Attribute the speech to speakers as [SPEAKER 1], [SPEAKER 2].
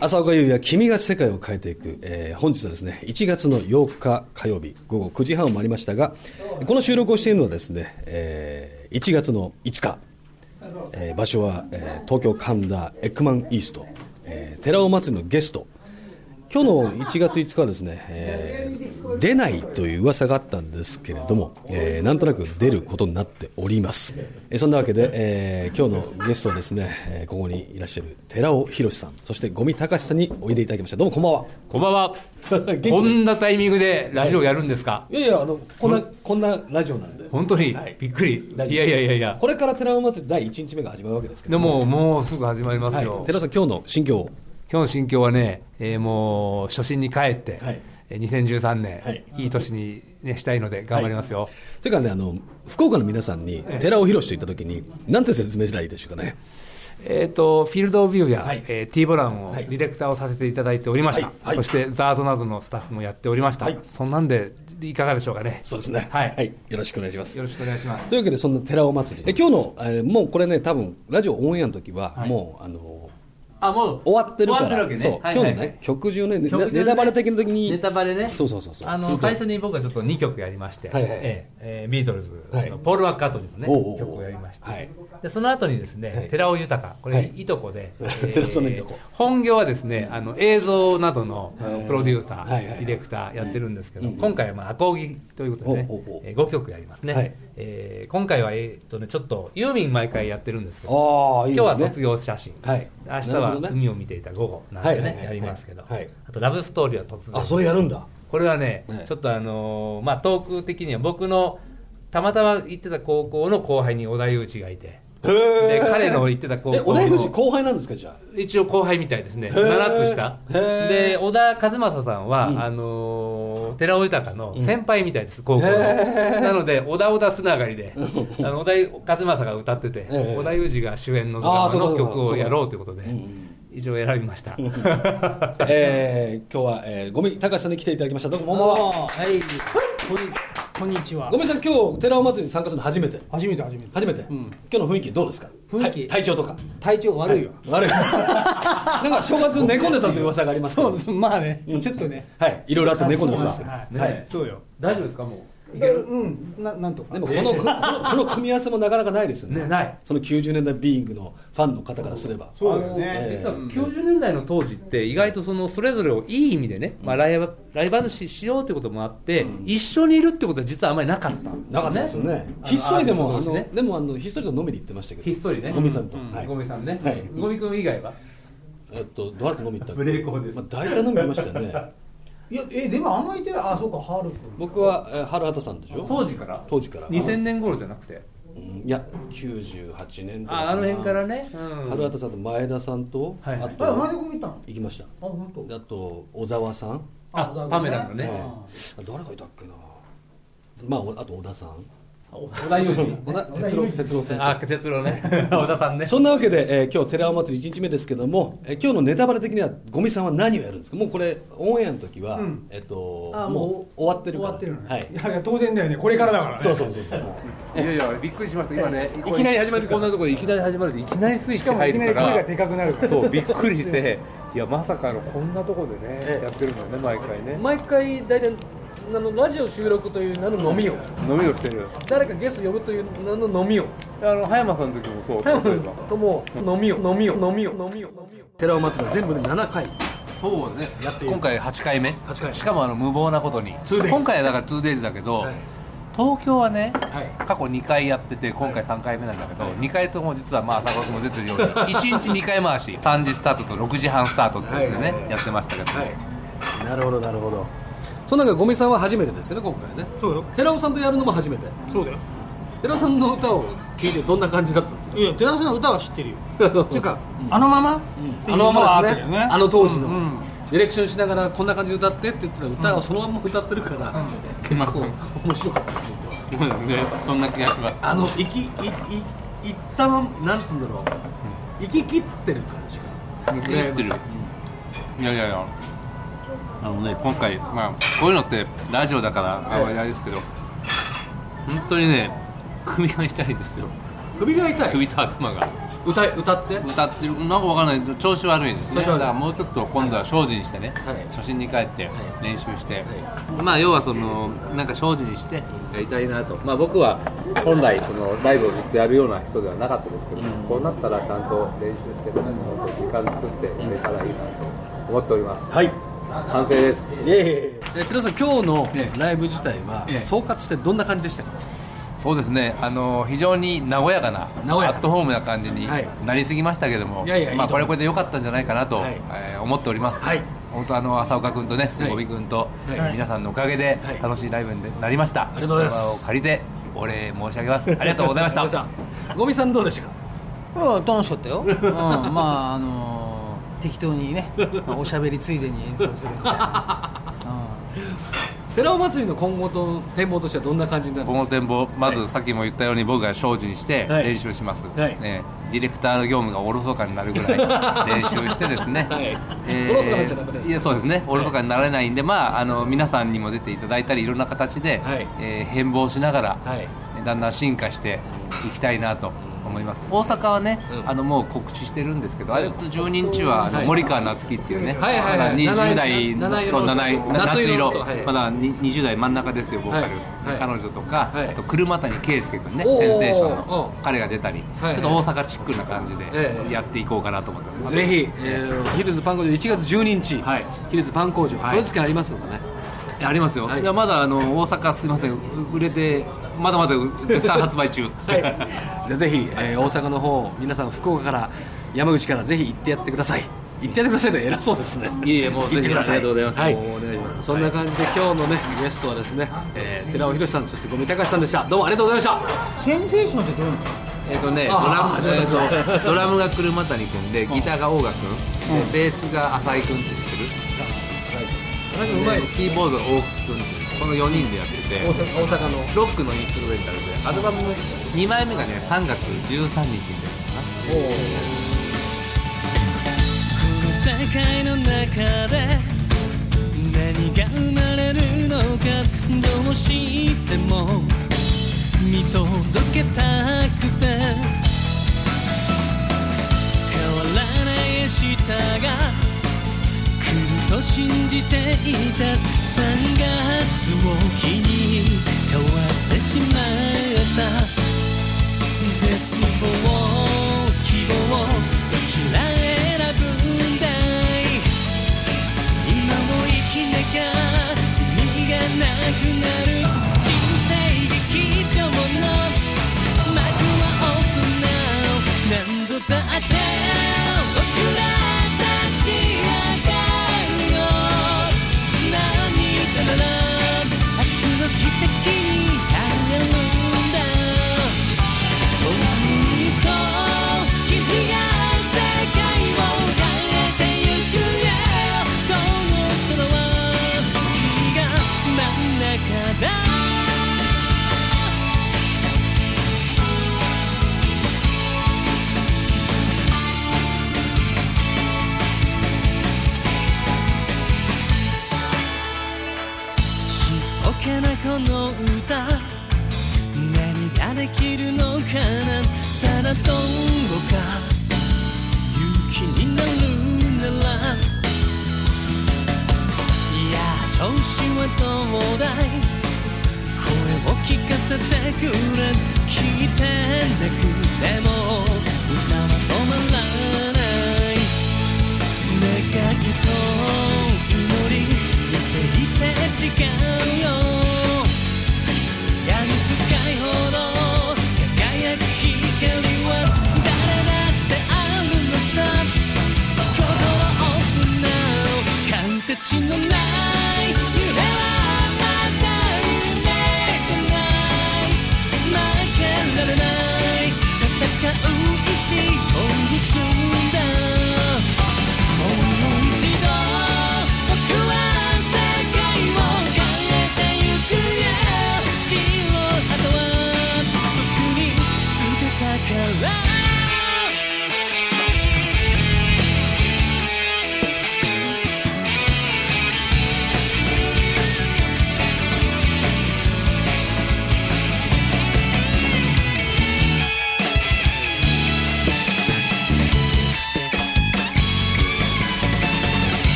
[SPEAKER 1] 浅岡優也君が世界を変えていく、えー本日はですね1月の8日火曜日午後9時半を回りましたがこの収録をしているのはですね、えー1月の5日、えー場所は、えー東京神田エッグマンイースト、えー寺尾祭りのゲスト今日の1月5日はですね、えー出ないという噂があったんですけれども、えーなんとなく出ることになっております、えーそんなわけで、えー今日のゲストはですね、えーここにいらっしゃる寺尾博さんそして五味隆さんにおいでいただきましたどうもこんばんは
[SPEAKER 2] こんばんは。
[SPEAKER 1] 元気
[SPEAKER 2] こ
[SPEAKER 1] で
[SPEAKER 2] んなタイミングでラジオやるんですか。
[SPEAKER 1] いやいやあのこんなこんなラジオなんで
[SPEAKER 2] 本当にびっくり。いやいやいやいや。
[SPEAKER 1] これから寺尾祭り第1日目が始まるわけですけど
[SPEAKER 2] でももうすぐ始まります
[SPEAKER 1] はい
[SPEAKER 2] よ。
[SPEAKER 1] 寺尾さん今日の心境を
[SPEAKER 2] 今日の心境はね、えーもう初心に帰って、
[SPEAKER 1] はい
[SPEAKER 2] えー2013年、
[SPEAKER 1] はい
[SPEAKER 2] い、い年に、ね、したいので頑張りますよ。
[SPEAKER 1] というかねあの福岡の皆さんに
[SPEAKER 2] ええ
[SPEAKER 1] 寺尾博と言った時に何て説明したらいいでしょうかね
[SPEAKER 2] えっ、とフィールドオブビューや、
[SPEAKER 1] はい
[SPEAKER 2] えー、T ボランを
[SPEAKER 1] はい
[SPEAKER 2] ディレクターをさせていただいておりました。
[SPEAKER 1] はいはい
[SPEAKER 2] そしてザードなどのスタッフもやっておりました。
[SPEAKER 1] はい
[SPEAKER 2] そんなんでいかがでしょうかね。
[SPEAKER 1] そうですね
[SPEAKER 2] はい
[SPEAKER 1] よろしくお願いします
[SPEAKER 2] よろしくお願いします。
[SPEAKER 1] というわけでそんな寺尾祭りえ今日の、えーもうこれね多分ラジオオンエアの時は、
[SPEAKER 2] はい
[SPEAKER 1] もうあの
[SPEAKER 2] あもう
[SPEAKER 1] 終わってるから
[SPEAKER 2] わ
[SPEAKER 1] そう、今日のね曲順ねね
[SPEAKER 2] 曲順ね
[SPEAKER 1] ネタバレ的な時に
[SPEAKER 2] ネタバレね
[SPEAKER 1] そうそうそうそう
[SPEAKER 2] あ
[SPEAKER 1] する
[SPEAKER 2] の
[SPEAKER 1] と
[SPEAKER 2] 最初に僕はちょっと2曲やりまして、
[SPEAKER 1] はいはい
[SPEAKER 2] えええービートルズ
[SPEAKER 1] はい
[SPEAKER 2] のポール・マッカートニーのね、
[SPEAKER 1] おうおうおう
[SPEAKER 2] 曲をやりまして、
[SPEAKER 1] はい
[SPEAKER 2] でその後にですね、
[SPEAKER 1] はい
[SPEAKER 2] 寺尾豊これ、
[SPEAKER 1] はい
[SPEAKER 2] い、と こで、え
[SPEAKER 1] 寺尾さんのいとこ
[SPEAKER 2] 本業はですねあの映像などのあ
[SPEAKER 1] はい
[SPEAKER 2] のプロデューサー、
[SPEAKER 1] はいはい
[SPEAKER 2] ディレクターやってるんですけど、
[SPEAKER 1] うんうん
[SPEAKER 2] 今回はまあアコーギということでね、
[SPEAKER 1] おうおうおう
[SPEAKER 2] えー、5曲やりますね、
[SPEAKER 1] はい
[SPEAKER 2] えー今回は、えーっとね、ちょっとユーミン毎回やってるんですけど
[SPEAKER 1] ああいい、ね、
[SPEAKER 2] 今日は卒業写真、
[SPEAKER 1] はい
[SPEAKER 2] 明日
[SPEAKER 1] なるほ
[SPEAKER 2] は
[SPEAKER 1] どね
[SPEAKER 2] 海を見ていた午後なん
[SPEAKER 1] はい
[SPEAKER 2] でね、
[SPEAKER 1] はいはい
[SPEAKER 2] やりますけど、
[SPEAKER 1] はい
[SPEAKER 2] あとラブストーリーは突然
[SPEAKER 1] あそれやるんだ
[SPEAKER 2] これはね、
[SPEAKER 1] はい
[SPEAKER 2] ちょっとあのーまあトーク的には僕のたまたま行ってた高校の後輩に織田裕一がいて
[SPEAKER 1] へえ
[SPEAKER 2] で彼の言ってた高校
[SPEAKER 1] え
[SPEAKER 2] の
[SPEAKER 1] 小田裕二後輩なんですかじゃあ
[SPEAKER 2] 一応後輩みたいですね
[SPEAKER 1] へー
[SPEAKER 2] 7つ下
[SPEAKER 1] へ
[SPEAKER 2] で小田和正さんは、
[SPEAKER 1] うん
[SPEAKER 2] あのー寺尾豊の先輩みたいです、高校の
[SPEAKER 1] へ
[SPEAKER 2] なので小田小田つながりであの小田和正が歌ってて、
[SPEAKER 1] ええ
[SPEAKER 2] 小田裕二が主演のド
[SPEAKER 1] あ
[SPEAKER 2] ラ
[SPEAKER 1] ー
[SPEAKER 2] マ
[SPEAKER 1] そうかそう
[SPEAKER 2] の
[SPEAKER 1] か
[SPEAKER 2] 曲をやろうということで
[SPEAKER 1] うんうん
[SPEAKER 2] 以上選びま した、
[SPEAKER 1] えー、今日は、えー、ごみ高橋さんに来ていただきましたどうもこんばんは
[SPEAKER 3] はい。こんにこんにちは
[SPEAKER 1] ご。めんなさい今日寺尾祭りに参加するの初めて
[SPEAKER 3] 初めて初めて。
[SPEAKER 1] 初めて、
[SPEAKER 3] うん
[SPEAKER 1] 今日の雰囲気どうですか
[SPEAKER 3] 雰囲気
[SPEAKER 1] 体体調とか
[SPEAKER 3] 体調悪いよ。
[SPEAKER 1] 悪いなんか正月寝込んでたという噂がありますけ
[SPEAKER 3] そ
[SPEAKER 1] ど
[SPEAKER 3] うそうまあね、ちょっとね。
[SPEAKER 1] はいいろいろあって寝込んでました
[SPEAKER 3] はい
[SPEAKER 2] ね
[SPEAKER 1] はい
[SPEAKER 3] そうよ。
[SPEAKER 2] 大丈夫ですかも
[SPEAKER 3] うん、ななんとか。
[SPEAKER 1] でもこの,、このこの組み合わせもなかなかないですよね
[SPEAKER 2] ねない
[SPEAKER 1] その90年代ビーイングのファンの方からすれば
[SPEAKER 3] そうだよね
[SPEAKER 2] あの実は
[SPEAKER 1] うん
[SPEAKER 2] 90年代の当時って意外とそのそれぞれをいい意味でね、まあ、ライバライバル視しようということもあって、一緒にいるってことは実はあまりなかった
[SPEAKER 1] なかったですよね
[SPEAKER 2] あの
[SPEAKER 1] ひっそりで
[SPEAKER 2] あ
[SPEAKER 1] も
[SPEAKER 2] の
[SPEAKER 1] あ
[SPEAKER 2] そう
[SPEAKER 1] の
[SPEAKER 2] ですね
[SPEAKER 1] でもあのひっそりと飲みに行ってましたけど
[SPEAKER 2] ひっそりね
[SPEAKER 1] ゴミさんと、
[SPEAKER 2] うん
[SPEAKER 1] はい
[SPEAKER 2] ゴミさんね、
[SPEAKER 1] はい
[SPEAKER 2] ゴミ君以外は
[SPEAKER 1] えっとどうやって飲み行ったっけ
[SPEAKER 2] ブレイコーです
[SPEAKER 1] まあ、大体飲み行きましたよ ね
[SPEAKER 3] いや、え、でもあんまりいてない。あ、そうか、ハール君。
[SPEAKER 1] 僕は、えー、春畑さんでしょ
[SPEAKER 2] 当時から
[SPEAKER 1] 当時から
[SPEAKER 2] 2000年頃じゃなくて
[SPEAKER 1] うんいや98年とかかな
[SPEAKER 2] ああの辺からね、う
[SPEAKER 1] 春畑さんと前田さんと、
[SPEAKER 2] はいはい
[SPEAKER 1] あ
[SPEAKER 3] あ、前田
[SPEAKER 1] と
[SPEAKER 3] 君も行ったの。
[SPEAKER 1] 行きました
[SPEAKER 3] あ、本
[SPEAKER 1] であと小沢さん
[SPEAKER 3] 当。
[SPEAKER 2] あパメラのね
[SPEAKER 1] ええ
[SPEAKER 3] あ
[SPEAKER 1] あ誰がいたっけなまあおあと小田さん
[SPEAKER 2] 小田 裕二
[SPEAKER 1] 小田
[SPEAKER 3] 小田
[SPEAKER 1] 哲郎哲郎先
[SPEAKER 2] あ
[SPEAKER 1] 生
[SPEAKER 2] 哲郎ね 小田さんね
[SPEAKER 1] そんなわけで、えー今日寺尾祭り1日目ですけども、えー今日のネタバレ的にはゴミさんは何をやるんですかもうこれオンエアの時は、
[SPEAKER 3] うん
[SPEAKER 1] えっと
[SPEAKER 3] あ
[SPEAKER 1] もう終わってるから
[SPEAKER 3] 終わってるのね。
[SPEAKER 1] はいい
[SPEAKER 3] や、いや当然だよね。これからだからね。
[SPEAKER 1] そうそうそうそう
[SPEAKER 2] いやいやびっくりしました今ねい
[SPEAKER 3] きなり始まるから
[SPEAKER 2] こんなところでいきなり始まるしいきなりスイッ
[SPEAKER 3] し
[SPEAKER 2] チ
[SPEAKER 3] かも
[SPEAKER 2] 入
[SPEAKER 3] いきな
[SPEAKER 2] る
[SPEAKER 3] り
[SPEAKER 2] か
[SPEAKER 3] 声が
[SPEAKER 2] ら
[SPEAKER 3] でかくなるから。
[SPEAKER 2] そうびっくりして いやまさかのこんなとこでねやってるのね毎回ね
[SPEAKER 4] 毎回大体あのラジオ収録という名の飲みを
[SPEAKER 2] 飲みをしてる
[SPEAKER 4] 誰かゲスト呼ぶという名の飲みを
[SPEAKER 2] あの葉山さんの時もそう
[SPEAKER 4] 多
[SPEAKER 2] 例え
[SPEAKER 4] 分
[SPEAKER 2] ば
[SPEAKER 4] とも飲みを飲みを飲みを飲みを飲みを
[SPEAKER 1] 寺尾祭りは全部で7回
[SPEAKER 2] そうね今回8回目
[SPEAKER 1] 8回
[SPEAKER 2] しかもあの無謀なことに
[SPEAKER 1] 2days
[SPEAKER 2] 今回はだから 2days だけど、
[SPEAKER 1] はい
[SPEAKER 2] 東京はね、
[SPEAKER 1] はい
[SPEAKER 2] 過去2回やってて今回3回目なんだけど、2回とも実はまあ朝ごはんも出てるように 1日2回回し3時スタートと6時半スタートっていうのでね、
[SPEAKER 1] はい
[SPEAKER 2] やってましたけど、
[SPEAKER 1] はいなるほどなるほどその中ゴミさんは初めてですよね今回ね
[SPEAKER 3] そうよ。
[SPEAKER 1] 寺尾さんとやるのも初めて
[SPEAKER 3] そうだよ。
[SPEAKER 1] 寺尾さんの歌を聴いてどんな感じだったんで すか
[SPEAKER 3] いや、寺田さんの歌は知ってるよ。ていうか、あのままってい
[SPEAKER 1] あ
[SPEAKER 3] うの
[SPEAKER 1] の
[SPEAKER 3] は
[SPEAKER 1] ま
[SPEAKER 3] あ
[SPEAKER 1] まで
[SPEAKER 3] った
[SPEAKER 1] す
[SPEAKER 3] よ
[SPEAKER 1] ね
[SPEAKER 3] ね。
[SPEAKER 1] あの当時の、
[SPEAKER 3] うん
[SPEAKER 1] ディレクションしながらこんな感じで歌ってって言ってたら歌をそのまんま歌ってるから、結構面白かったです僕は
[SPEAKER 2] そうなんでそんな気がします
[SPEAKER 1] あの行きいい行ったまんなんつうんだろう行き切ってる感じが
[SPEAKER 2] 言ってるいやいやいやあのね今回まあこういうのってラジオだからあんまりあれですけど、本当にね首が痛いんですよ
[SPEAKER 1] 首が痛い
[SPEAKER 2] 首と頭が
[SPEAKER 5] 歌い歌って
[SPEAKER 2] 歌ってるなんかわかんない調子悪いんですね
[SPEAKER 5] 調子悪い
[SPEAKER 2] だからもうちょっと今度は精進してね、
[SPEAKER 5] はい
[SPEAKER 2] 初心に帰って
[SPEAKER 5] はい
[SPEAKER 2] 練習して、まあ要はそのなんか精進してやりたいなとまあ僕は本来そのライブをずっとやるような人ではなかったですけど、こうなったらちゃんと練習して皆さんと時間作ってやれたらいいなと思っております
[SPEAKER 1] はい
[SPEAKER 2] 完成です
[SPEAKER 1] イエーイ寺田さん今日のライブ自体は
[SPEAKER 5] ええ
[SPEAKER 1] 総括してどんな感じでしたか
[SPEAKER 2] そうですねあの非常に和やかな
[SPEAKER 5] 和やか
[SPEAKER 2] アットホームな感じに
[SPEAKER 5] はい
[SPEAKER 2] なりすぎましたけども、
[SPEAKER 5] いやいや
[SPEAKER 2] ま
[SPEAKER 5] いい
[SPEAKER 2] あ、
[SPEAKER 5] と
[SPEAKER 2] こ
[SPEAKER 5] 思
[SPEAKER 2] れ
[SPEAKER 5] います
[SPEAKER 2] はこれで良かったんじゃないかなと、
[SPEAKER 5] はい
[SPEAKER 2] えー思っております、
[SPEAKER 5] はい
[SPEAKER 2] 本当あの浅岡君とね
[SPEAKER 5] はい
[SPEAKER 2] 小木君と、
[SPEAKER 5] はい
[SPEAKER 2] 皆さんのおかげで
[SPEAKER 5] はい
[SPEAKER 2] 楽しいライブになりました、あ
[SPEAKER 5] りがとうございます
[SPEAKER 2] を借りてお礼申し上げますありがとうございました
[SPEAKER 5] さんゴミさんどうでしたか
[SPEAKER 3] うん楽しかったよ、うん、まああのー適当にね、まあおしゃべりついでに演奏するみたいな、
[SPEAKER 5] 寺尾祭りの今後と展望としてはどんな感じになる
[SPEAKER 2] 今後展望まずさっきも言ったように僕が精進して
[SPEAKER 5] はい
[SPEAKER 2] 練習します、
[SPEAKER 5] はい
[SPEAKER 2] ね、ディレクターの業務がおろそかになるぐらい 練習してですね、
[SPEAKER 5] はいおろそかになっちゃダメです
[SPEAKER 2] いやそうですねおろそかになれないんで、まああの皆さんにも出ていただいたりいろんな形で、
[SPEAKER 5] はい
[SPEAKER 2] えー変貌しながら、
[SPEAKER 5] はい
[SPEAKER 2] だんだん進化していきたいなと思います大阪はね、
[SPEAKER 5] うん
[SPEAKER 2] あのもう告知してるんですけど、あれと12日はあの森川夏樹っていうね、
[SPEAKER 5] はいはいはい
[SPEAKER 2] まだ20代
[SPEAKER 5] 七色
[SPEAKER 2] そう
[SPEAKER 5] の
[SPEAKER 2] 七色
[SPEAKER 5] 夏
[SPEAKER 2] 夏
[SPEAKER 5] 色の
[SPEAKER 2] 色、
[SPEAKER 5] はい
[SPEAKER 2] まだに20代真ん中ですよボーカル、
[SPEAKER 5] はい
[SPEAKER 2] 彼女とか、
[SPEAKER 5] はい
[SPEAKER 2] あと車谷圭介君ね
[SPEAKER 5] おー
[SPEAKER 2] センセーション
[SPEAKER 5] う
[SPEAKER 2] の
[SPEAKER 5] ん
[SPEAKER 2] 彼が出たり、
[SPEAKER 5] はい
[SPEAKER 2] ちょっと大阪チックな感じ
[SPEAKER 5] ええ
[SPEAKER 2] でやっていこうかなと思ってます、
[SPEAKER 5] ぜひ、えー、ヒルズパン工場1月12日、
[SPEAKER 2] はい
[SPEAKER 5] ヒルズパン工場、
[SPEAKER 2] はい
[SPEAKER 5] この時間ありますのでね
[SPEAKER 2] いやありますよ、
[SPEAKER 5] はい
[SPEAKER 2] い、やまだあの大阪すみませんう売れてまだまだ絶賛発売中
[SPEAKER 5] はい、じゃあぜひ、えー大阪の方皆さん福岡から山口からぜひ行ってやってください行ってやってくださいで偉そうですね
[SPEAKER 2] いえいえもう
[SPEAKER 5] 行ってください
[SPEAKER 2] ぜひありがとうございます
[SPEAKER 5] はい、
[SPEAKER 2] もうお願いします
[SPEAKER 5] そんな感じで今日のねゲストはですね、えー寺尾宏さんそして五味隆さんでしたどうもありがとうございました
[SPEAKER 3] センセーションってどういうの
[SPEAKER 2] えっとね、ドラ
[SPEAKER 5] あ
[SPEAKER 2] ム、
[SPEAKER 5] ー始まった
[SPEAKER 2] え っとドラムが車谷君で、ギターが大賀君、でベースが浅井君って知ってる。浅井君うまい。キーボードが大楠君っていうこの4人でやってて、
[SPEAKER 5] 大阪の
[SPEAKER 2] ロックのインフルエンタルで、アルバムの2枚目がね、3月13日に出るのかな。
[SPEAKER 6] この世界の中で何が生まれるのかどうしても見届けたくて変わらない明日が来ると信じていた3月を日に変わってしまった絶望希望どちら選ぶんだい今を生きなきゃ意味がなくなる人生劇場の幕はオープン now 何度だって僕ら立ち上がるよ涙なら明日の奇跡に変えるんだ遠くと君が世界を変えてゆくよこの空は君が真ん中だおけなこの歌何ができるのかなただどうか勇気になるならいや調子はどうだい声を聞かせてくれ聞いてなくても歌は止まらない願いと祈り似ていて違うよ闇深いほど輝く光は誰だってあるのさ心オープンな完璧のない